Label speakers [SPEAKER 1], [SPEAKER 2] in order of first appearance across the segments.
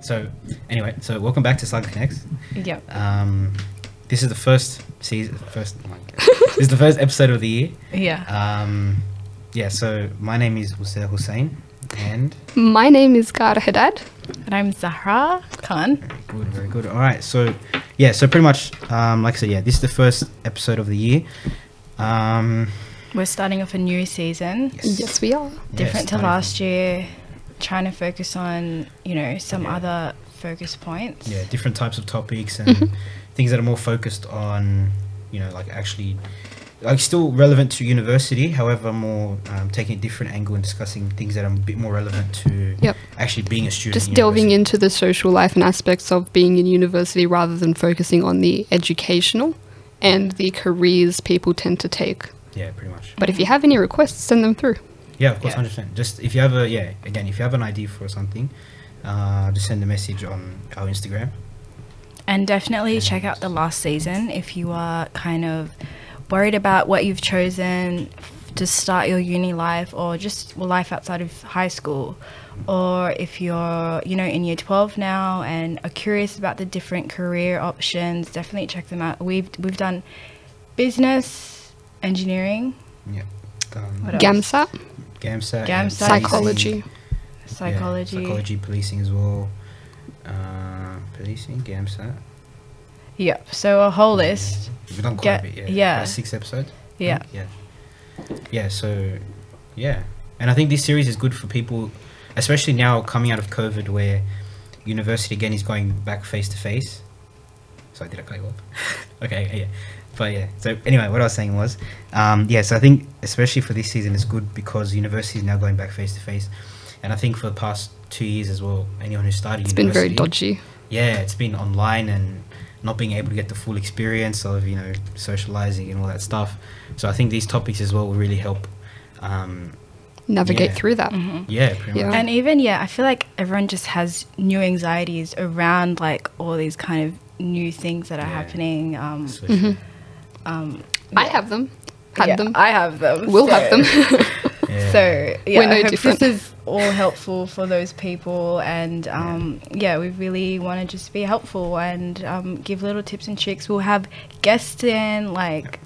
[SPEAKER 1] So, anyway, so welcome back to Slug Connects.
[SPEAKER 2] Yep.
[SPEAKER 1] Um, this is the first season. First, oh my God. this is the first episode of the year.
[SPEAKER 2] Yeah.
[SPEAKER 1] Um, yeah. So my name is Usair Hussein, and
[SPEAKER 3] My name is Kara Haddad.
[SPEAKER 2] And I'm Zahra Khan.
[SPEAKER 1] Good, very good. All right, so yeah, so pretty much, um, like I said, yeah, this is the first episode of the year. Um,
[SPEAKER 2] We're starting off a new season,
[SPEAKER 1] yes,
[SPEAKER 3] Yes, we are.
[SPEAKER 1] Yes,
[SPEAKER 2] different to
[SPEAKER 1] kind of.
[SPEAKER 2] last year, trying to focus on, you know, some
[SPEAKER 1] Yeah.
[SPEAKER 2] other focus points.
[SPEAKER 1] Yeah, different types of topics
[SPEAKER 3] Mm-hmm.
[SPEAKER 1] and things that are more focused on, you know, like actually, like still relevant to university. However, more um, taking a different angle and discussing things that are a bit more relevant to
[SPEAKER 3] Yep.
[SPEAKER 1] actually being a student.
[SPEAKER 3] Just
[SPEAKER 1] in
[SPEAKER 3] delving
[SPEAKER 1] university.
[SPEAKER 3] into the social life and aspects of being in university rather than focusing on the educational and the careers people tend to take.
[SPEAKER 1] Yeah, pretty much.
[SPEAKER 3] But if you have any requests, send them through.
[SPEAKER 1] Yeah, of course,
[SPEAKER 2] Yeah.
[SPEAKER 1] hundred percent. Just if you have a yeah, again, if you have an idea for something, uh, just send a message on our Instagram.
[SPEAKER 2] And definitely check out the last season if you are kind of worried about what you've chosen to start your uni life or just life outside of high school. Or if you're, you know, in year 12 now and are curious about the different career options, definitely check them out. We've we've done business, engineering,
[SPEAKER 1] Yeah. Um,
[SPEAKER 2] What else?
[SPEAKER 3] GAMSA,
[SPEAKER 1] GAMSA.
[SPEAKER 2] GAMSA.
[SPEAKER 1] and
[SPEAKER 3] psychology.
[SPEAKER 1] policing. Yeah,
[SPEAKER 2] psychology.
[SPEAKER 1] psychology, policing as well. Uh, policing, GAMSA.
[SPEAKER 2] Yep. So a whole list.
[SPEAKER 1] We've done quite a
[SPEAKER 2] Ga-
[SPEAKER 1] bit, yeah.
[SPEAKER 2] yeah.
[SPEAKER 1] About Six episodes. I
[SPEAKER 2] Yeah.
[SPEAKER 1] think, Yeah. Yeah, so, yeah. And I think this series is good for people, especially now coming out of COVID where university again is going back face to face. Sorry, did I cut you off? okay, yeah. But yeah, so anyway, what I was saying was, um, yeah, so I think especially for this season, it's good because university is now going back face to face. And I think for the past two years as well, anyone who started
[SPEAKER 3] It's been
[SPEAKER 1] university,
[SPEAKER 3] very dodgy.
[SPEAKER 1] yeah, it's been online and not being able to get the full experience of you know socializing and all that stuff. So I think these topics as well will really help. Um,
[SPEAKER 3] Navigate
[SPEAKER 1] Yeah.
[SPEAKER 3] through that.
[SPEAKER 2] Mm-hmm.
[SPEAKER 1] yeah, pretty
[SPEAKER 3] Yeah.
[SPEAKER 1] much.
[SPEAKER 2] And even yeah, I feel like everyone just has new anxieties around like all these kind of new things that are
[SPEAKER 1] Yeah.
[SPEAKER 2] happening. Um,
[SPEAKER 1] So, yeah.
[SPEAKER 2] um,
[SPEAKER 3] I have them. Had
[SPEAKER 2] yeah,
[SPEAKER 3] them.
[SPEAKER 2] I have them.
[SPEAKER 3] will have
[SPEAKER 2] so-
[SPEAKER 3] them.
[SPEAKER 1] Yeah.
[SPEAKER 2] So yeah,
[SPEAKER 3] We're no
[SPEAKER 2] I hope
[SPEAKER 3] different.
[SPEAKER 2] this is all helpful for those people, and um, yeah. we really want to just be helpful and um, give little tips and tricks. We'll have guests in, like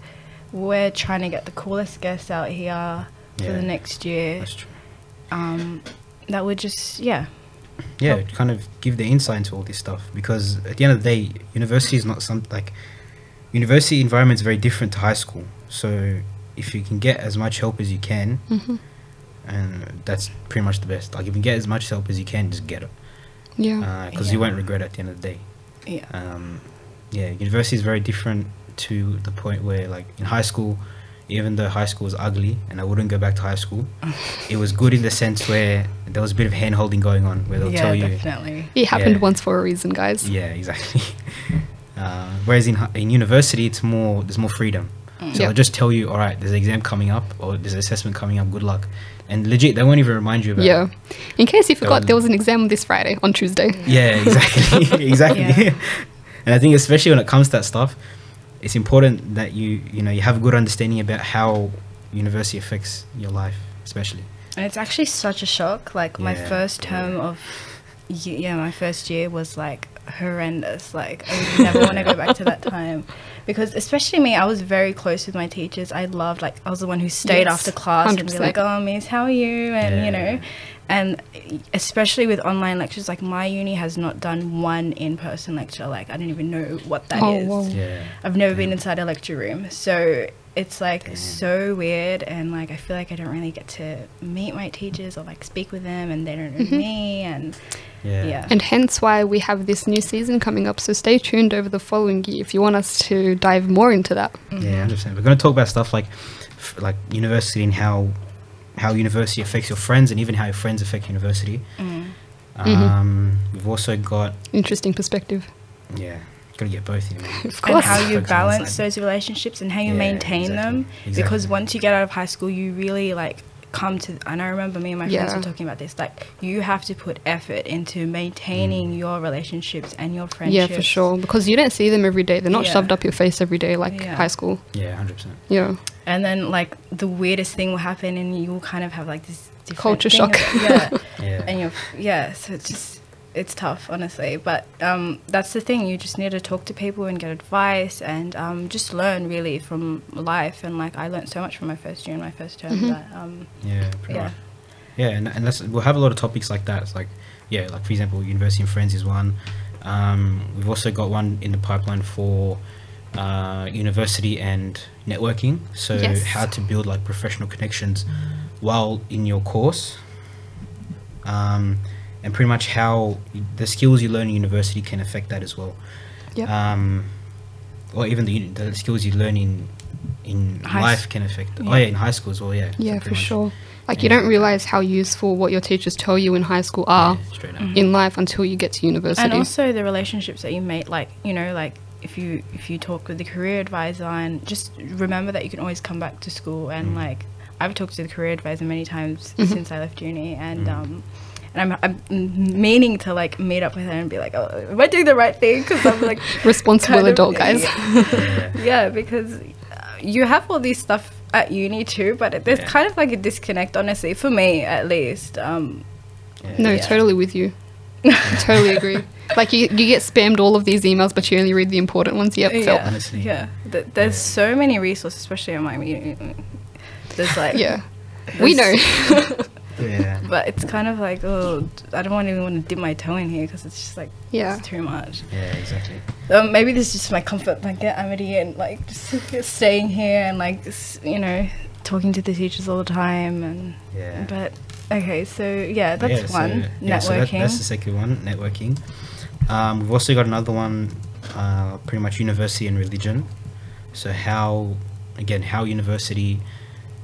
[SPEAKER 2] we're trying to get the coolest guests out here for
[SPEAKER 1] Yeah.
[SPEAKER 2] the next year.
[SPEAKER 1] that's true.
[SPEAKER 2] Um, that would just yeah,
[SPEAKER 1] Yeah,
[SPEAKER 2] oh.
[SPEAKER 1] kind of give the insight into all this stuff because at the end of the day, university is not some like university environment is very different to high school. So if you can get as much help as you can,
[SPEAKER 2] Mm-hmm.
[SPEAKER 3] Mhm.
[SPEAKER 1] and that's pretty much the best. Like if you can get as much help as you can, just get it.
[SPEAKER 3] Yeah.
[SPEAKER 1] because you
[SPEAKER 2] Oh. Yeah.
[SPEAKER 1] won't regret it at the end of the day.
[SPEAKER 2] Yeah.
[SPEAKER 1] Um, yeah, university is very different to the point where, like, in high school, even though high school was ugly and I wouldn't go back to high school, it was good in the sense where there was a bit of hand holding going on where they'll
[SPEAKER 2] yeah,
[SPEAKER 1] tell you.
[SPEAKER 2] definitely.
[SPEAKER 3] It happened
[SPEAKER 1] Yeah.
[SPEAKER 3] once for a reason, guys.
[SPEAKER 1] Yeah, exactly. Uh, whereas in, hi- in university, it's more there's more freedom. So
[SPEAKER 3] Yeah.
[SPEAKER 1] they'll just tell you, all right, there's an exam coming up or there's an assessment coming up. Good luck, and legit, they won't even remind you about. it.
[SPEAKER 3] Yeah. In case you forgot,
[SPEAKER 1] was-
[SPEAKER 3] there was an exam this Friday, on Tuesday.
[SPEAKER 1] Yeah, exactly, exactly.
[SPEAKER 2] Yeah.
[SPEAKER 1] and I think especially when it comes to that stuff, it's important that you you know you have a good understanding about how university affects your life, especially.
[SPEAKER 2] And it's actually such a shock. Like my
[SPEAKER 1] Yeah,
[SPEAKER 2] first term
[SPEAKER 1] yeah.
[SPEAKER 2] of, y- yeah, my first year was like horrendous. Like I would never want to go back to that time, because especially me, I was very close with my teachers. I loved like I was the one who stayed
[SPEAKER 3] Yes,
[SPEAKER 2] after class and be like,
[SPEAKER 3] 100%.
[SPEAKER 2] "Oh, Miss, how are you?" And you
[SPEAKER 1] Yeah.
[SPEAKER 2] know, and especially with online lectures, like my uni has not done one in-person lecture. Like I don't even know what that is.
[SPEAKER 3] Oh, wow.
[SPEAKER 1] Yeah.
[SPEAKER 2] I've never been inside a lecture room, so it's like
[SPEAKER 1] Damn.
[SPEAKER 2] so weird, and like I feel like I don't really get to meet my teachers or like speak with them, and they don't know
[SPEAKER 3] Mm-hmm.
[SPEAKER 2] me, and
[SPEAKER 1] Yeah.
[SPEAKER 2] yeah,
[SPEAKER 3] And hence why we have this new season coming up. So stay tuned over the following year if you want us to dive more into that.
[SPEAKER 2] Mm-hmm.
[SPEAKER 1] Yeah, hundred percent. We're going to talk about stuff like, f- like university and how, how university affects your friends, and even how your friends affect university.
[SPEAKER 2] mm.
[SPEAKER 3] Mm.
[SPEAKER 2] Mm-hmm.
[SPEAKER 1] Um, We've also got
[SPEAKER 3] Interesting perspective.
[SPEAKER 1] yeah, got to get both in. Of
[SPEAKER 2] and how
[SPEAKER 1] Focus
[SPEAKER 2] you
[SPEAKER 1] on
[SPEAKER 2] balance
[SPEAKER 1] side.
[SPEAKER 2] those relationships and how you
[SPEAKER 1] Yeah,
[SPEAKER 2] maintain them,
[SPEAKER 1] exactly,
[SPEAKER 2] because
[SPEAKER 1] exactly.
[SPEAKER 2] once you get out of high school, you really like come to and i remember me and my friends
[SPEAKER 3] Yeah.
[SPEAKER 2] were talking about this like you have to put effort into
[SPEAKER 1] Mm.
[SPEAKER 2] maintaining your relationships and your friendships
[SPEAKER 3] Yeah, for sure. Because you don't see them every day. They're not
[SPEAKER 2] Yeah.
[SPEAKER 3] shoved up your face every day like
[SPEAKER 2] Yeah.
[SPEAKER 3] high school.
[SPEAKER 1] Yeah, hundred percent.
[SPEAKER 3] Yeah.
[SPEAKER 2] and then like the weirdest thing will happen and you will kind of have like this different
[SPEAKER 3] Culture
[SPEAKER 2] thing
[SPEAKER 3] shock.
[SPEAKER 2] about- yeah
[SPEAKER 1] Yeah.
[SPEAKER 2] and you're yeah so it's just it's tough, honestly. But um, that's the thing. You just need to talk to people and get advice and um, just learn really from life. And like I learned so much from my first year and my first term. That, um,
[SPEAKER 1] Yeah, pretty
[SPEAKER 2] Yeah.
[SPEAKER 1] much. Yeah, and, and that's we'll have a lot of topics like that. It's like, yeah, like for example, university and friends is one. Um, we've also got one in the pipeline for uh, university and networking. So
[SPEAKER 3] Yes.
[SPEAKER 1] how to build like professional connections while in your course, um, and pretty much how y- the skills you learn in university can affect that as well.
[SPEAKER 3] Yep.
[SPEAKER 1] Um, or even the, uni- the skills you learn in in
[SPEAKER 2] High
[SPEAKER 1] life
[SPEAKER 2] s-
[SPEAKER 1] can affect. Oh
[SPEAKER 2] yeah.
[SPEAKER 1] yeah, in high school as well. Yeah.
[SPEAKER 3] Yeah,
[SPEAKER 1] pretty
[SPEAKER 3] for
[SPEAKER 1] much.
[SPEAKER 3] sure. Like you don't realize how useful what your teachers tell you in high school
[SPEAKER 2] Ah.
[SPEAKER 3] are
[SPEAKER 1] Yeah, straight up.
[SPEAKER 3] in life until you get to university.
[SPEAKER 2] Mm-hmm. and also the relationships that you make. Like you know, like if you if you talk with the career advisor and just remember that you can always come back to school. And like I've talked to the career advisor many times since I left uni, and. Um, and I'm, I'm meaning to like meet up with her and be like, oh, am I doing the right thing? Because I'm like
[SPEAKER 3] Responsible
[SPEAKER 2] kind of-
[SPEAKER 3] adult, guys.
[SPEAKER 1] Yeah.
[SPEAKER 2] Yeah, because uh, you have all this stuff at uni too, but it- there's
[SPEAKER 1] Yeah.
[SPEAKER 2] kind of like a disconnect, honestly, for me at least. Um,
[SPEAKER 1] Yeah.
[SPEAKER 3] No,
[SPEAKER 2] Yeah.
[SPEAKER 3] totally with you. totally agree. Like you, you get spammed all of these emails, but you only read the important ones. Yep, felt.
[SPEAKER 2] yeah,
[SPEAKER 1] honestly.
[SPEAKER 2] yeah. Th- there's so many resources, especially on my uni. There's like,
[SPEAKER 3] Yeah, we know.
[SPEAKER 2] there's-
[SPEAKER 1] Yeah.
[SPEAKER 2] but it's kind of like, oh, I don't want even want to dip my toe in here because it's just like,
[SPEAKER 3] Yeah,
[SPEAKER 2] it's too much.
[SPEAKER 1] Yeah, exactly.
[SPEAKER 2] Um, maybe this is just my comfort blanket, Amity, and like just staying here and like, s- you know, talking to the teachers all the time and.
[SPEAKER 1] Yeah.
[SPEAKER 2] But okay, so yeah,
[SPEAKER 1] But
[SPEAKER 2] that's
[SPEAKER 1] yeah, so-
[SPEAKER 2] one
[SPEAKER 1] yeah, so that-
[SPEAKER 2] networking.
[SPEAKER 1] that's the second one, networking. Um, we've also got another one, uh, pretty much university and religion. So how, again, how university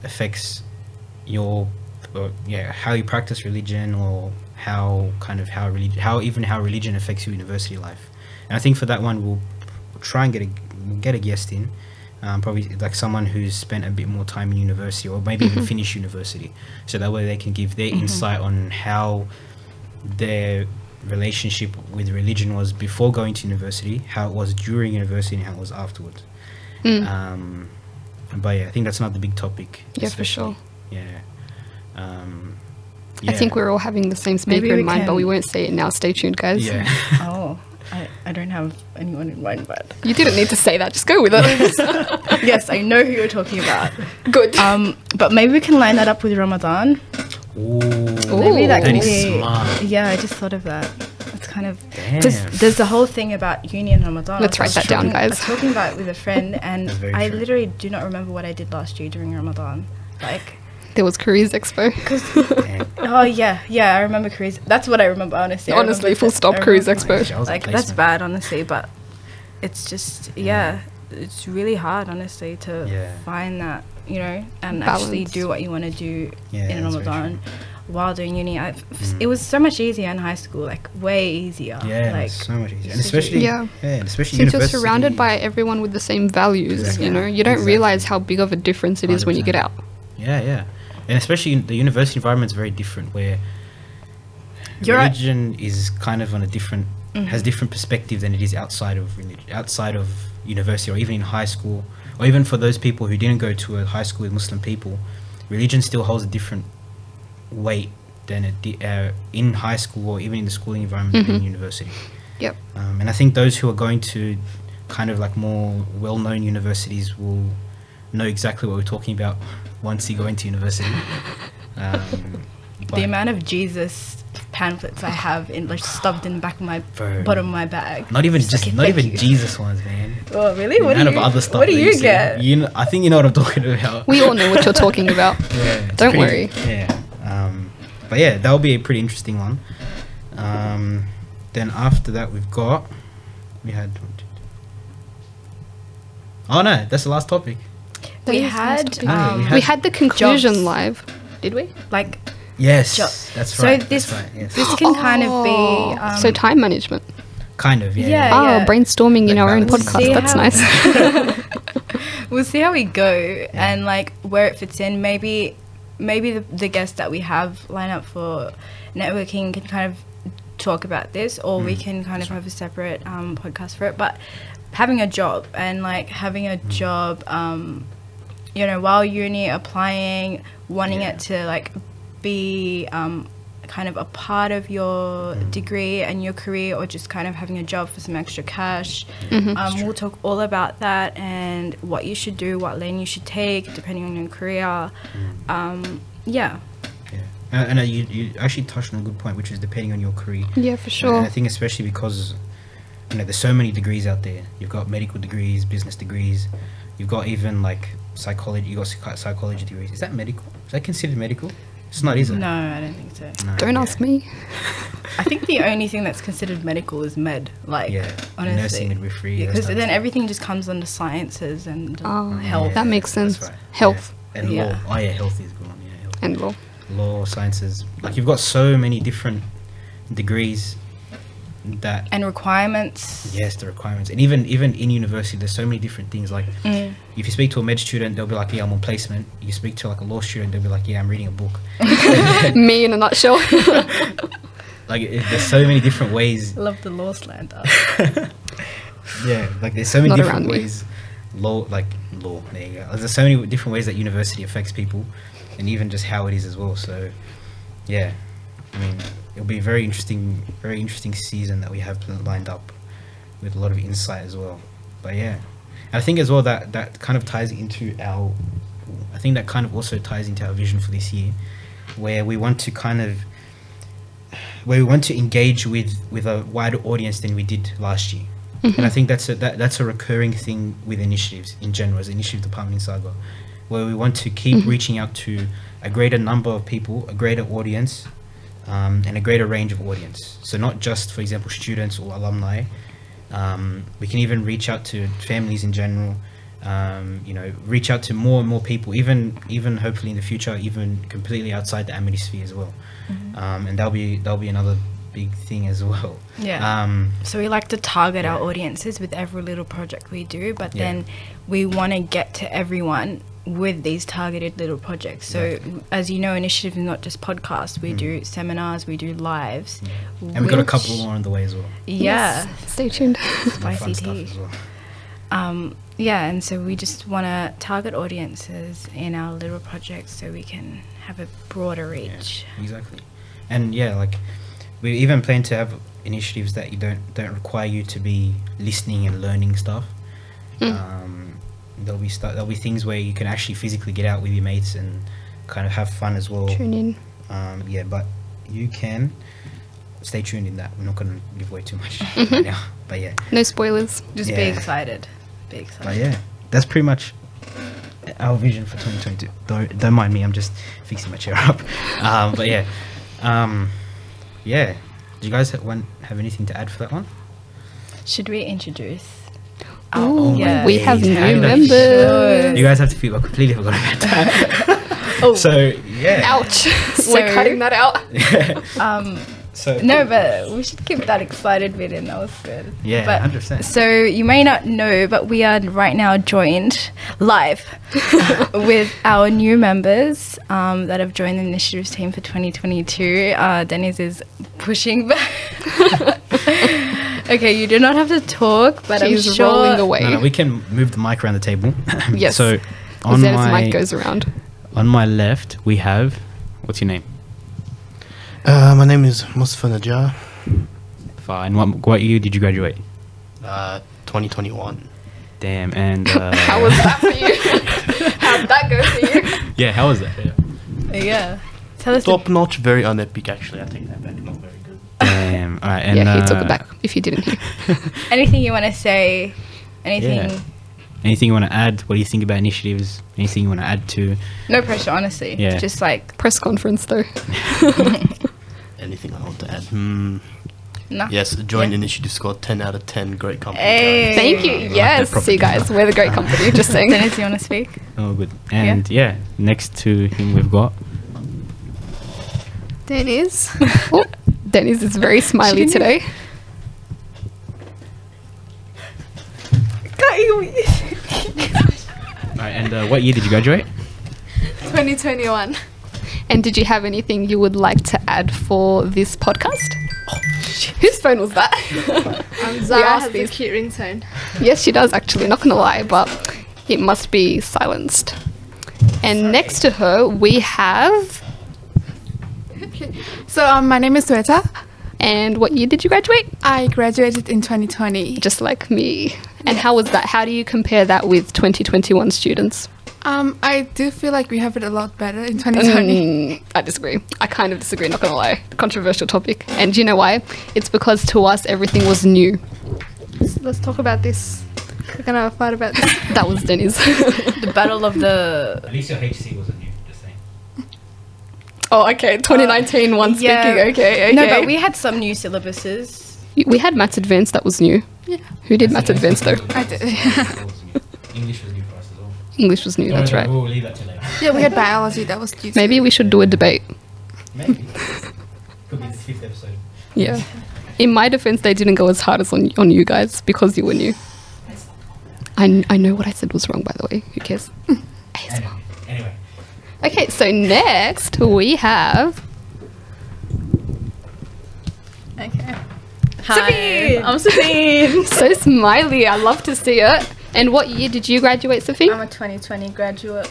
[SPEAKER 1] affects your, or, yeah, how you practice religion or how kind of how religion, how even how religion affects your university life. And I think for that one, we'll try and get a get a guest in, um, probably like someone who's spent a bit more time in university or maybe
[SPEAKER 3] Mm-hmm.
[SPEAKER 1] even finished university, so that way they can give their insight on how their relationship with religion was before going to university, how it was during university, and how it was afterwards.
[SPEAKER 3] Mm.
[SPEAKER 1] Um, but yeah, I think that's another big topic.
[SPEAKER 3] Yeah, for
[SPEAKER 1] especially.
[SPEAKER 3] sure.
[SPEAKER 1] Yeah. Um,
[SPEAKER 3] I think
[SPEAKER 1] yeah.
[SPEAKER 3] we're all having the same speaker
[SPEAKER 2] Maybe we
[SPEAKER 3] in mind, but we
[SPEAKER 2] can-
[SPEAKER 3] won't say it now. Stay tuned, guys.
[SPEAKER 1] Yeah.
[SPEAKER 2] oh, I, I don't have anyone in mind, but
[SPEAKER 3] You didn't need to say that. Just go with it.
[SPEAKER 2] yes, I know who you're talking about.
[SPEAKER 3] Good.
[SPEAKER 2] Um, but maybe we can line that up with Ramadan.
[SPEAKER 1] Ooh.
[SPEAKER 2] Maybe that
[SPEAKER 3] Ooh.
[SPEAKER 1] That
[SPEAKER 2] can
[SPEAKER 1] is
[SPEAKER 2] be.
[SPEAKER 1] smart.
[SPEAKER 2] Yeah, I just thought of that. It's kind of
[SPEAKER 1] Damn.
[SPEAKER 2] because there's the whole thing about union Ramadan.
[SPEAKER 3] Let's
[SPEAKER 2] I
[SPEAKER 3] write
[SPEAKER 2] was
[SPEAKER 3] that down,
[SPEAKER 2] talking- I
[SPEAKER 3] guys.
[SPEAKER 2] was talking about it with a friend, and
[SPEAKER 1] That's very
[SPEAKER 2] I
[SPEAKER 1] true.
[SPEAKER 2] literally do not remember what I did last year during Ramadan. Like,
[SPEAKER 3] There was Careers Expo.
[SPEAKER 1] Damn.
[SPEAKER 2] oh yeah, yeah, I remember Korea's. That's what I remember, honestly. I
[SPEAKER 3] Honestly,
[SPEAKER 2] remember
[SPEAKER 3] full
[SPEAKER 2] the-
[SPEAKER 3] stop,
[SPEAKER 2] I
[SPEAKER 3] Korea's
[SPEAKER 2] remember-
[SPEAKER 3] Expo.
[SPEAKER 1] That was a
[SPEAKER 2] like that's
[SPEAKER 1] placement.
[SPEAKER 2] bad honestly but it's just yeah it's really hard honestly to
[SPEAKER 1] Yeah.
[SPEAKER 2] find that you know and actually
[SPEAKER 3] Balance.
[SPEAKER 2] do what you want to do
[SPEAKER 1] Yeah,
[SPEAKER 2] in
[SPEAKER 1] that's very Mm.
[SPEAKER 2] ramadan while doing uni I, it was so much easier in high school like way easier
[SPEAKER 1] Yeah,
[SPEAKER 2] like
[SPEAKER 1] so much easier, and
[SPEAKER 2] it's just-
[SPEAKER 1] especially
[SPEAKER 3] Yeah.
[SPEAKER 1] yeah, and especially
[SPEAKER 3] Since you're
[SPEAKER 1] university-
[SPEAKER 3] surrounded by everyone with the same values,
[SPEAKER 1] Exactly.
[SPEAKER 3] you know, you don't
[SPEAKER 1] Exactly.
[SPEAKER 3] realize how big of a difference it is when you get out.
[SPEAKER 1] yeah, yeah, and especially in the university environment is very different where
[SPEAKER 2] You're at-
[SPEAKER 1] religion is kind of on a different has different perspective than it is outside of religion, outside of university or even in high school or even for those people who didn't go to a high school with Muslim people, religion still holds a different weight than it di- uh, in high school or even in the schooling environment than in university.
[SPEAKER 3] Yep.
[SPEAKER 1] Um, and I think those who are going to kind of like more well known universities will know exactly what we're talking about once you go into university. Um, but-
[SPEAKER 2] the amount of jesus pamphlets i have in like stuffed in the back of my
[SPEAKER 1] Bro.
[SPEAKER 2] bottom of my bag
[SPEAKER 1] not even just
[SPEAKER 2] okay,
[SPEAKER 1] not
[SPEAKER 2] thank
[SPEAKER 1] even
[SPEAKER 2] you.
[SPEAKER 1] Jesus ones, man.
[SPEAKER 2] oh really what
[SPEAKER 1] the amount
[SPEAKER 2] do you,
[SPEAKER 1] of other stuff
[SPEAKER 2] what do
[SPEAKER 1] that you
[SPEAKER 2] you
[SPEAKER 1] see.
[SPEAKER 2] get
[SPEAKER 1] You know, I think you know what I'm talking about.
[SPEAKER 3] We all know what you're talking about.
[SPEAKER 1] Yeah, it's
[SPEAKER 3] Don't
[SPEAKER 1] pretty-
[SPEAKER 3] worry.
[SPEAKER 1] Yeah. Um, but yeah, that'll be a pretty interesting one. Um, then after that, we've got we had. one, two, three. Oh no, that's the last topic.
[SPEAKER 2] we
[SPEAKER 3] That is nice
[SPEAKER 2] had,
[SPEAKER 3] topic.
[SPEAKER 1] Ah, we
[SPEAKER 2] um,
[SPEAKER 1] had-
[SPEAKER 3] Oh, we had the conclusion
[SPEAKER 2] Jobs.
[SPEAKER 3] live. Did we?
[SPEAKER 2] like
[SPEAKER 1] Yes,
[SPEAKER 2] job.
[SPEAKER 1] that's
[SPEAKER 2] so
[SPEAKER 1] right.
[SPEAKER 2] this
[SPEAKER 1] that's right, yes.
[SPEAKER 2] this can kind of
[SPEAKER 3] Oh,
[SPEAKER 2] be um, uh,
[SPEAKER 3] so time management.
[SPEAKER 1] kind of, yeah.
[SPEAKER 2] yeah.
[SPEAKER 1] yeah.
[SPEAKER 3] Oh, brainstorming in
[SPEAKER 1] Like
[SPEAKER 3] our own
[SPEAKER 1] balance.
[SPEAKER 3] podcast.
[SPEAKER 2] See
[SPEAKER 3] That's
[SPEAKER 2] how-
[SPEAKER 3] nice.
[SPEAKER 2] we'll see how we go and like where it fits in maybe maybe the, the guests that we have line up for networking can kind of talk about this or we can kind of have a separate um, podcast for it but having a job and like having a job um, you know while uni applying wanting
[SPEAKER 1] Yeah.
[SPEAKER 2] it to like be um, kind of a part of your degree and your career, or just kind of having a job for some extra cash. Um, we'll talk all about that and what you should do, what lane you should take, depending on your career. Um, yeah.
[SPEAKER 1] Yeah. And, and uh, you, you actually touched on a good point, which is depending on your career.
[SPEAKER 3] Yeah, for
[SPEAKER 1] And
[SPEAKER 3] sure.
[SPEAKER 1] I think especially because you know there's so many degrees out there. You've got medical degrees, business degrees. You've got even like psychology. You got psych- psychology degrees. Is that medical? Is that considered medical? It's not, is it?
[SPEAKER 2] No, I don't think so.
[SPEAKER 1] No,
[SPEAKER 3] Don't
[SPEAKER 1] yeah.
[SPEAKER 3] ask me.
[SPEAKER 2] I think the only thing that's considered medical is med. Like,
[SPEAKER 1] Yeah,
[SPEAKER 2] honestly.
[SPEAKER 1] nursing midwifery.
[SPEAKER 2] Yeah,
[SPEAKER 1] those
[SPEAKER 2] because
[SPEAKER 1] types
[SPEAKER 2] then
[SPEAKER 1] of-
[SPEAKER 2] everything just comes under sciences and
[SPEAKER 3] Oh,
[SPEAKER 2] health.
[SPEAKER 3] That makes
[SPEAKER 1] that's
[SPEAKER 3] sense.
[SPEAKER 1] right. Yeah.
[SPEAKER 3] Health.
[SPEAKER 1] And
[SPEAKER 2] Yeah.
[SPEAKER 1] law. Oh yeah, health is good. one, Yeah, health.
[SPEAKER 3] And law.
[SPEAKER 1] law sciences. Like you've got so many different degrees that
[SPEAKER 2] and requirements.
[SPEAKER 1] Yes, the requirements, and even even in university, there's so many different things. Like,
[SPEAKER 2] Mm.
[SPEAKER 1] if you speak to a med student, they'll be like, "Yeah, I'm on placement." You speak to like a law student, they'll be like, "Yeah, I'm reading a book."
[SPEAKER 3] me in a nutshell.
[SPEAKER 1] Like, it, there's so many different ways.
[SPEAKER 2] Love the law slander.
[SPEAKER 1] Yeah, like there's so many
[SPEAKER 3] Not
[SPEAKER 1] different
[SPEAKER 3] around me.
[SPEAKER 1] ways. Law, like law. There you go. There's so many different ways that university affects people, and even just how it is as well. So, yeah, I mean, it'll be a very interesting, very interesting season that we have pl- lined up with a lot of insight as well. But yeah, I think as well that that kind of ties into our, I think that kind of also ties into our vision for this year, where we want to kind of, where we want to engage with with a wider audience than we did last year. And I think that's a that, that's a recurring thing with initiatives in general, as an initiative department in Saga, where we want to keep reaching out to a greater number of people, a greater audience, um, and a greater range of audience. So not just, for example, students or alumni. Um, we can even reach out to families in general. Um, you know, reach out to more and more people, even even hopefully in the future, even completely outside the Amity sphere as well. Um, and that'll be that'll be another big thing as well.
[SPEAKER 2] Yeah.
[SPEAKER 1] Um,
[SPEAKER 2] so we like to target our audiences with every little project we do, but
[SPEAKER 1] Yeah.
[SPEAKER 2] then we want to get to everyone with these targeted little projects. So as you know, initiative is not just podcasts.
[SPEAKER 1] Mm.
[SPEAKER 2] We do seminars, we do lives.
[SPEAKER 1] and we've got a
[SPEAKER 2] which-
[SPEAKER 1] couple more on the way as well.
[SPEAKER 2] Yeah.
[SPEAKER 3] Yes. Stay tuned.
[SPEAKER 1] Some
[SPEAKER 2] Spicy
[SPEAKER 1] fun stuff
[SPEAKER 2] tea.
[SPEAKER 1] as well.
[SPEAKER 2] Um, yeah, and so we just want to target audiences in our little projects so we can have a broader reach.
[SPEAKER 1] Yeah, exactly. And yeah, like we even plan to have initiatives that you don't don't require you to be listening and learning stuff. Um, there'll be stuff. There'll be things where you can actually physically get out with your mates and kind of have fun as well.
[SPEAKER 3] Tune in.
[SPEAKER 1] Um, yeah, but you can stay tuned in that. We're not going to give away too much right now. But yeah,
[SPEAKER 3] No spoilers.
[SPEAKER 2] Just be
[SPEAKER 1] Yeah.
[SPEAKER 2] excited. Be excited.
[SPEAKER 1] but yeah, that's pretty much our vision for 2022. Don't, don't mind me, I'm just fixing my chair up. Um, but yeah, um, yeah. Do you guys ha- want, have anything to add for that one?
[SPEAKER 2] Should we introduce?
[SPEAKER 3] Ooh,
[SPEAKER 1] yeah.
[SPEAKER 3] Oh, we have
[SPEAKER 1] Yeah.
[SPEAKER 3] new
[SPEAKER 1] Kind of.
[SPEAKER 3] members.
[SPEAKER 1] You guys have to feel I completely forgot about that.
[SPEAKER 2] Oh,
[SPEAKER 1] So yeah.
[SPEAKER 3] Ouch. We're cutting that out.
[SPEAKER 2] um,
[SPEAKER 1] So
[SPEAKER 2] no, but we should keep that excited bit in. That was good.
[SPEAKER 1] Yeah,
[SPEAKER 2] but,
[SPEAKER 1] 100%.
[SPEAKER 2] So you may not know, but we are right now joined live with our new members um, that have joined the initiatives team for 2022. Uh, Dennis is pushing back. okay, you do not have to talk, but
[SPEAKER 3] She's
[SPEAKER 2] I'm sure.
[SPEAKER 3] rolling away.
[SPEAKER 1] No, no, we can move the mic around the table.
[SPEAKER 3] Yes.
[SPEAKER 4] So
[SPEAKER 3] As
[SPEAKER 4] on
[SPEAKER 3] soon as the
[SPEAKER 4] my
[SPEAKER 3] mic goes around.
[SPEAKER 4] on my left we have what's your name?
[SPEAKER 5] Uh, my name is Mustafa Najjar,
[SPEAKER 4] Fine. What what year did you graduate?
[SPEAKER 5] uh, 2021.
[SPEAKER 4] Damn. And uh,
[SPEAKER 3] How was that for you? How'd that go for you?
[SPEAKER 4] yeah, how was that?
[SPEAKER 2] Yeah. Tell us.
[SPEAKER 5] Top notch, very unepic actually. I take that back, not very good.
[SPEAKER 4] Damn. All right. And,
[SPEAKER 3] yeah, he took
[SPEAKER 4] uh,
[SPEAKER 3] it back if you didn't hear.
[SPEAKER 2] anything you want to say anything
[SPEAKER 4] Yeah. Anything you want to add? What do you think about initiatives? Anything you want to add to?
[SPEAKER 2] no pressure honestly
[SPEAKER 4] Yeah.
[SPEAKER 2] just like
[SPEAKER 3] Press conference though.
[SPEAKER 5] Anything I want to add? Hmm.
[SPEAKER 2] nah.
[SPEAKER 5] Yes, join
[SPEAKER 2] Yeah.
[SPEAKER 5] initiative squad, 10 out of 10, great company.
[SPEAKER 2] Hey.
[SPEAKER 5] guys.
[SPEAKER 3] Thank you. Yes.
[SPEAKER 4] proper
[SPEAKER 3] See you guys. We're the great company. Just saying.
[SPEAKER 2] Dennis you want to speak
[SPEAKER 4] Oh, good. And yeah. next to him we've got.
[SPEAKER 6] Dennis.
[SPEAKER 3] Oh, Dennis is very smiley
[SPEAKER 6] She-
[SPEAKER 3] today.
[SPEAKER 4] All right. And uh, what year did you graduate?
[SPEAKER 6] 2021.
[SPEAKER 3] And did you have anything you would like to add for this podcast? Whose phone was that?
[SPEAKER 6] Um, Zara
[SPEAKER 3] asked
[SPEAKER 6] has the
[SPEAKER 3] these-
[SPEAKER 6] cute ringtone.
[SPEAKER 3] yes, she does actually, not gonna lie, but it must be silenced. And next to her, we have
[SPEAKER 6] So um, my name is Sweta.
[SPEAKER 3] And what year did you graduate?
[SPEAKER 6] I graduated in 2020.
[SPEAKER 3] Just like me. And how was that? How do you compare that with 2021 students?
[SPEAKER 6] Um, I do feel like we have it a lot better in 2020.
[SPEAKER 3] Mm, I disagree. I kind of disagree, not gonna lie. Controversial topic. And do you know why? It's because to us everything was new. Mm.
[SPEAKER 6] Let's talk about this. We're gonna fight about this.
[SPEAKER 3] That was Denny's.
[SPEAKER 2] The battle of the
[SPEAKER 1] At least your HC wasn't new. Just saying.
[SPEAKER 3] oh, okay. 2019 one speaking.
[SPEAKER 2] yeah.
[SPEAKER 3] Okay, okay.
[SPEAKER 2] no, but we had some new syllabuses.
[SPEAKER 3] we had maths advanced. That was new.
[SPEAKER 6] Yeah.
[SPEAKER 3] Who did maths advanced though?
[SPEAKER 6] I did.
[SPEAKER 1] English was new for us as well.
[SPEAKER 3] English was new. That's right.
[SPEAKER 1] We'll leave that to later.
[SPEAKER 6] yeah, we had biology. That was due to-
[SPEAKER 3] Maybe we should do a debate.
[SPEAKER 1] Maybe. Could be the fifth episode.
[SPEAKER 3] Yeah. In my defense, they didn't go as hard as on, on you guys because you were new. I, kn- I know what I said was wrong, by the way. Who cares?
[SPEAKER 1] Anyway, anyway.
[SPEAKER 3] Okay, so next we have.
[SPEAKER 6] Okay.
[SPEAKER 2] Hi, I'm
[SPEAKER 3] So smiley, I love to see it. And what year did you graduate, Sophie?
[SPEAKER 6] a 2020 graduate.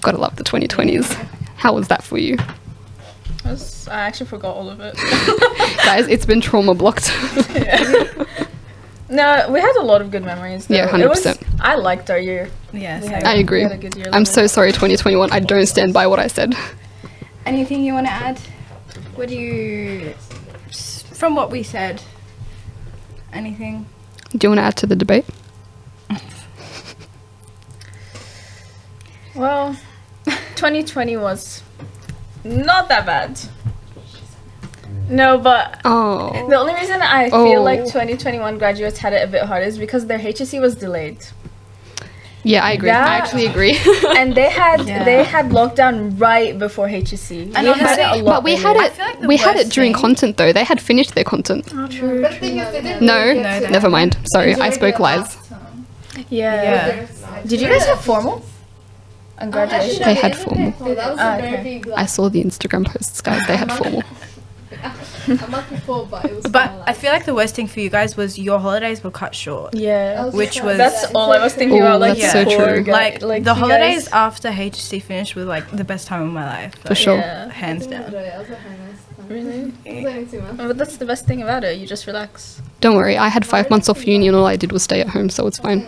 [SPEAKER 3] Gotta love the 2020s. How was that for you?
[SPEAKER 6] I, was, I actually forgot all of it.
[SPEAKER 3] guys, it's been trauma blocked.
[SPEAKER 7] No, we had a lot of good memories. Though.
[SPEAKER 3] Yeah,
[SPEAKER 7] It was-
[SPEAKER 3] 100%.
[SPEAKER 7] I liked our year.
[SPEAKER 2] Yes.
[SPEAKER 7] We had-
[SPEAKER 3] I agree.
[SPEAKER 7] we had a good year
[SPEAKER 3] I'm
[SPEAKER 7] level.
[SPEAKER 3] so sorry, 2021. I don't stand by what I said.
[SPEAKER 2] Anything you want to add? What do you, s- from what we said? Anything?
[SPEAKER 3] Do you want to add to the debate?
[SPEAKER 7] Well, 2020 was not that bad. No, but
[SPEAKER 3] Oh.
[SPEAKER 7] the only reason I
[SPEAKER 3] Oh.
[SPEAKER 7] feel like 2021 graduates had it a bit hard is because their HSC was delayed,
[SPEAKER 3] Yeah, I agree. I
[SPEAKER 7] That-
[SPEAKER 3] actually agree.
[SPEAKER 7] and they had
[SPEAKER 2] Yeah.
[SPEAKER 7] they had lockdown right before HSC.
[SPEAKER 2] And
[SPEAKER 7] we had
[SPEAKER 2] honestly-
[SPEAKER 7] it a lot.
[SPEAKER 3] But we had
[SPEAKER 7] earlier.
[SPEAKER 3] it.
[SPEAKER 2] feel like the
[SPEAKER 3] we had it
[SPEAKER 2] worst
[SPEAKER 3] during
[SPEAKER 2] thing-
[SPEAKER 3] content though. They had finished their content. No,
[SPEAKER 2] No, they
[SPEAKER 3] never mind. Sorry, I spoke lies.
[SPEAKER 7] Yeah.
[SPEAKER 2] Yeah.
[SPEAKER 7] Did you guys have formal? On graduation.
[SPEAKER 3] They had formal.
[SPEAKER 7] Ah, okay.
[SPEAKER 3] I saw the Instagram posts, guys. They had formal.
[SPEAKER 2] But I feel like the worst thing for you guys was your holidays were cut short.
[SPEAKER 7] Yeah.
[SPEAKER 2] Which was
[SPEAKER 7] That's all I was thinking
[SPEAKER 3] Ooh,
[SPEAKER 7] about. Like,
[SPEAKER 3] that's so
[SPEAKER 7] poor
[SPEAKER 3] true.
[SPEAKER 7] guy-
[SPEAKER 2] like, the
[SPEAKER 7] you guys-
[SPEAKER 2] holidays after HSC finished was like the best time of my life.
[SPEAKER 3] For sure.
[SPEAKER 7] Yeah.
[SPEAKER 2] Hands down.
[SPEAKER 7] Really? But that's the best thing about it. You just relax.
[SPEAKER 3] Don't worry. I had five months off uni, and all I did was stay at home, so it's fine.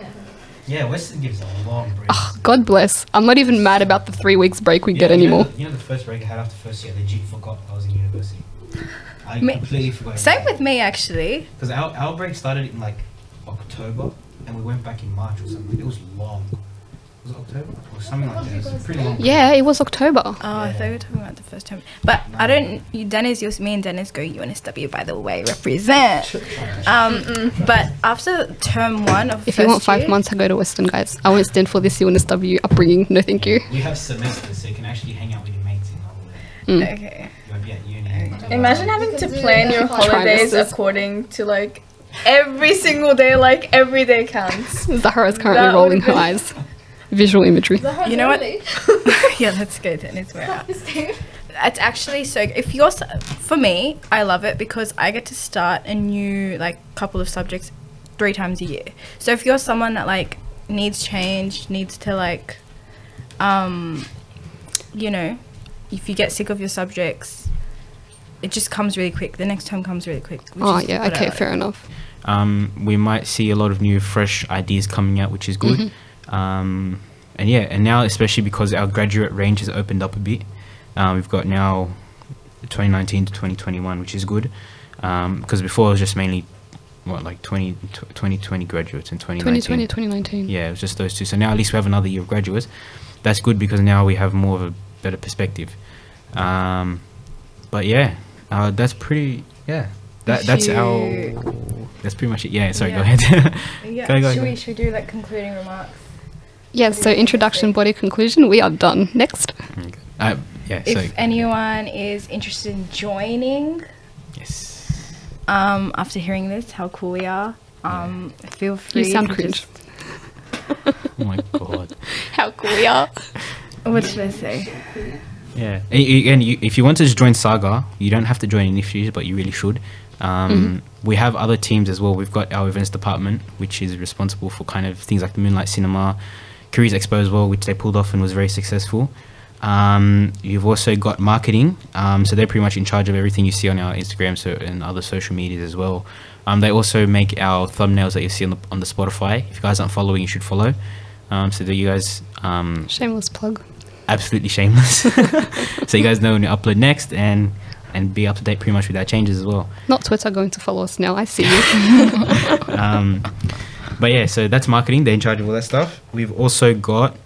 [SPEAKER 1] Yeah, Weston gives a long break.
[SPEAKER 3] Ugh, God bless. I'm not even mad about the three weeks break we
[SPEAKER 1] You
[SPEAKER 3] get
[SPEAKER 1] know- you know
[SPEAKER 3] anymore.
[SPEAKER 1] the- You know, the first break I had after first year, I legit forgot I was in university. I
[SPEAKER 2] Me-
[SPEAKER 1] completely forgot.
[SPEAKER 2] Same with me actually.
[SPEAKER 1] Because our, our break started in like October and we went back in March or something. It was long. Was it October? Or something like that. It was a pretty long.
[SPEAKER 3] Yeah, it was October.
[SPEAKER 2] Oh, I thought we were talking about the first time. But I don't. You, Dennis, you, me and Dennis go UNSW by the way. Represent. Um, but after term one of
[SPEAKER 3] If you want
[SPEAKER 2] first
[SPEAKER 3] five
[SPEAKER 2] year-
[SPEAKER 3] months, I go to Western, guys. I won't stand for this UNSW upbringing. No, thank you.
[SPEAKER 1] We have semesters, so you can actually hang out with your mates and all that.
[SPEAKER 2] Okay.
[SPEAKER 1] You won't be at uni.
[SPEAKER 7] Imagine having to plan your holidays
[SPEAKER 3] Trimesters.
[SPEAKER 7] according to like every single day. Like every day counts.
[SPEAKER 3] Zahara's currently
[SPEAKER 7] That
[SPEAKER 3] rolling
[SPEAKER 7] would've
[SPEAKER 3] her
[SPEAKER 7] been-
[SPEAKER 3] eyes. Visual imagery.
[SPEAKER 2] You know what? yeah, let's go Dennis. We're out. It's actually so. If you're s- for me, I love it because I get to start a new like couple of subjects three times a year. So if you're someone that like needs change, needs to like, um, you know, if you get sick of your subjects, it just comes really quick. The next term comes really quick. which
[SPEAKER 3] Oh,
[SPEAKER 2] is
[SPEAKER 3] yeah.
[SPEAKER 2] what I
[SPEAKER 3] Okay,
[SPEAKER 2] like.
[SPEAKER 3] fair enough.
[SPEAKER 4] Um, we might see a lot of new, fresh ideas coming out, which is good. Um, and yeah, and now especially because our graduate range has opened up a bit, uh, we've got now 2019 to 2021, which is good. Because before it was just mainly what like 20, tw- 2020 graduates and 2019.
[SPEAKER 3] 2020, 2019.
[SPEAKER 4] Yeah, it was just those two. So now at least we have another year of graduates. That's good because now we have more of a better perspective. Um, but yeah, uh, that's pretty. Yeah, that that's
[SPEAKER 2] Shoot.
[SPEAKER 4] our. That's pretty much it. Yeah, sorry. Go
[SPEAKER 2] Yeah.
[SPEAKER 4] ahead.
[SPEAKER 2] Yeah.
[SPEAKER 4] Go, go,
[SPEAKER 7] should
[SPEAKER 4] go.
[SPEAKER 7] we should we do like concluding remarks?
[SPEAKER 3] Yeah, so introduction, body, conclusion, we are done. Next.
[SPEAKER 4] Uh, yeah.
[SPEAKER 2] If
[SPEAKER 4] So
[SPEAKER 2] anyone is interested in joining,
[SPEAKER 4] yes.
[SPEAKER 2] um, after hearing this, how cool we are. Um, feel free.
[SPEAKER 3] You sound
[SPEAKER 2] to
[SPEAKER 3] cringe.
[SPEAKER 4] Oh my god.
[SPEAKER 3] How cool we are.
[SPEAKER 2] just- What should I say?
[SPEAKER 4] Yeah. And, you- and you, if you want to join Saga, you don't have to join initiatives, but you really should. Um, We have other teams as well. We've got our events department, which is responsible for kind of things like the Moonlight Cinema, Careers Expo as well, which they pulled off and was very successful.
[SPEAKER 1] Um, you've also got marketing. Um, so they're pretty much in charge of everything you see on our Instagram so, and other social medias as well. Um, they also make our thumbnails that you see on the, on the Spotify. If you guys aren't following, you should follow. Um, so that you guys um,
[SPEAKER 3] Shameless plug.
[SPEAKER 1] absolutely shameless. so you guys know when we upload next and and be up to date pretty much with our changes as well.
[SPEAKER 3] Not Twitter going to follow us now. I see you.
[SPEAKER 1] Um, but yeah, so that's marketing. They're in charge of all that stuff. We've also got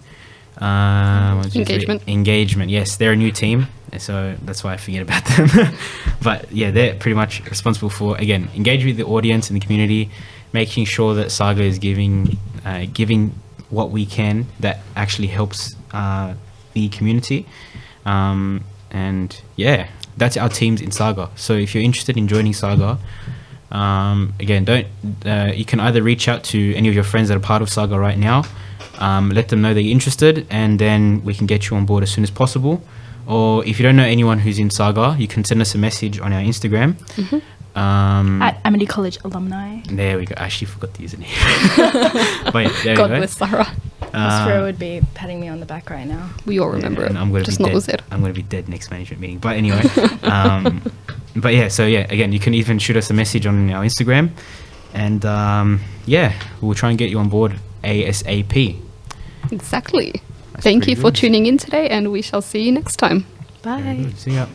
[SPEAKER 1] um, one, two, three-
[SPEAKER 3] Engagement.
[SPEAKER 1] Engagement. Yes, they're a new team, and so that's why I forget about them. but yeah, they're pretty much responsible for again engaging with the audience and the community, making sure that Saga is giving uh, giving what we can that actually helps uh, the community. Um, and yeah, that's our teams in Saga. So if you're interested in joining Saga, um, again, don't uh, you can either reach out to any of your friends that are part of Saga right now, um, let them know that you're interested, and then we can get you on board as soon as possible. Or if you don't know anyone who's in Saga, you can send us a message on our Instagram.
[SPEAKER 3] Mm-hmm.
[SPEAKER 1] Um,
[SPEAKER 8] At Amity College alumni.
[SPEAKER 1] there we go. I actually forgot the username. but yeah, there
[SPEAKER 3] God
[SPEAKER 1] we go.
[SPEAKER 3] bless Sarah.
[SPEAKER 1] Uh,
[SPEAKER 2] Spiro would be patting me on the back right now.
[SPEAKER 3] We all remember
[SPEAKER 1] and
[SPEAKER 3] it.
[SPEAKER 1] I'm gonna
[SPEAKER 3] Just
[SPEAKER 1] be
[SPEAKER 3] not
[SPEAKER 1] dead.
[SPEAKER 3] Uzed.
[SPEAKER 1] I'm gonna be dead next management meeting. But anyway, um, but yeah. So yeah, again, you can even shoot us a message on our Instagram, and um, yeah, we'll try and get you on board ASAP.
[SPEAKER 3] Exactly.
[SPEAKER 1] That's
[SPEAKER 3] Thank
[SPEAKER 1] pretty
[SPEAKER 3] you for
[SPEAKER 1] good.
[SPEAKER 3] tuning in today, and we shall see you next time.
[SPEAKER 1] Very good. See ya.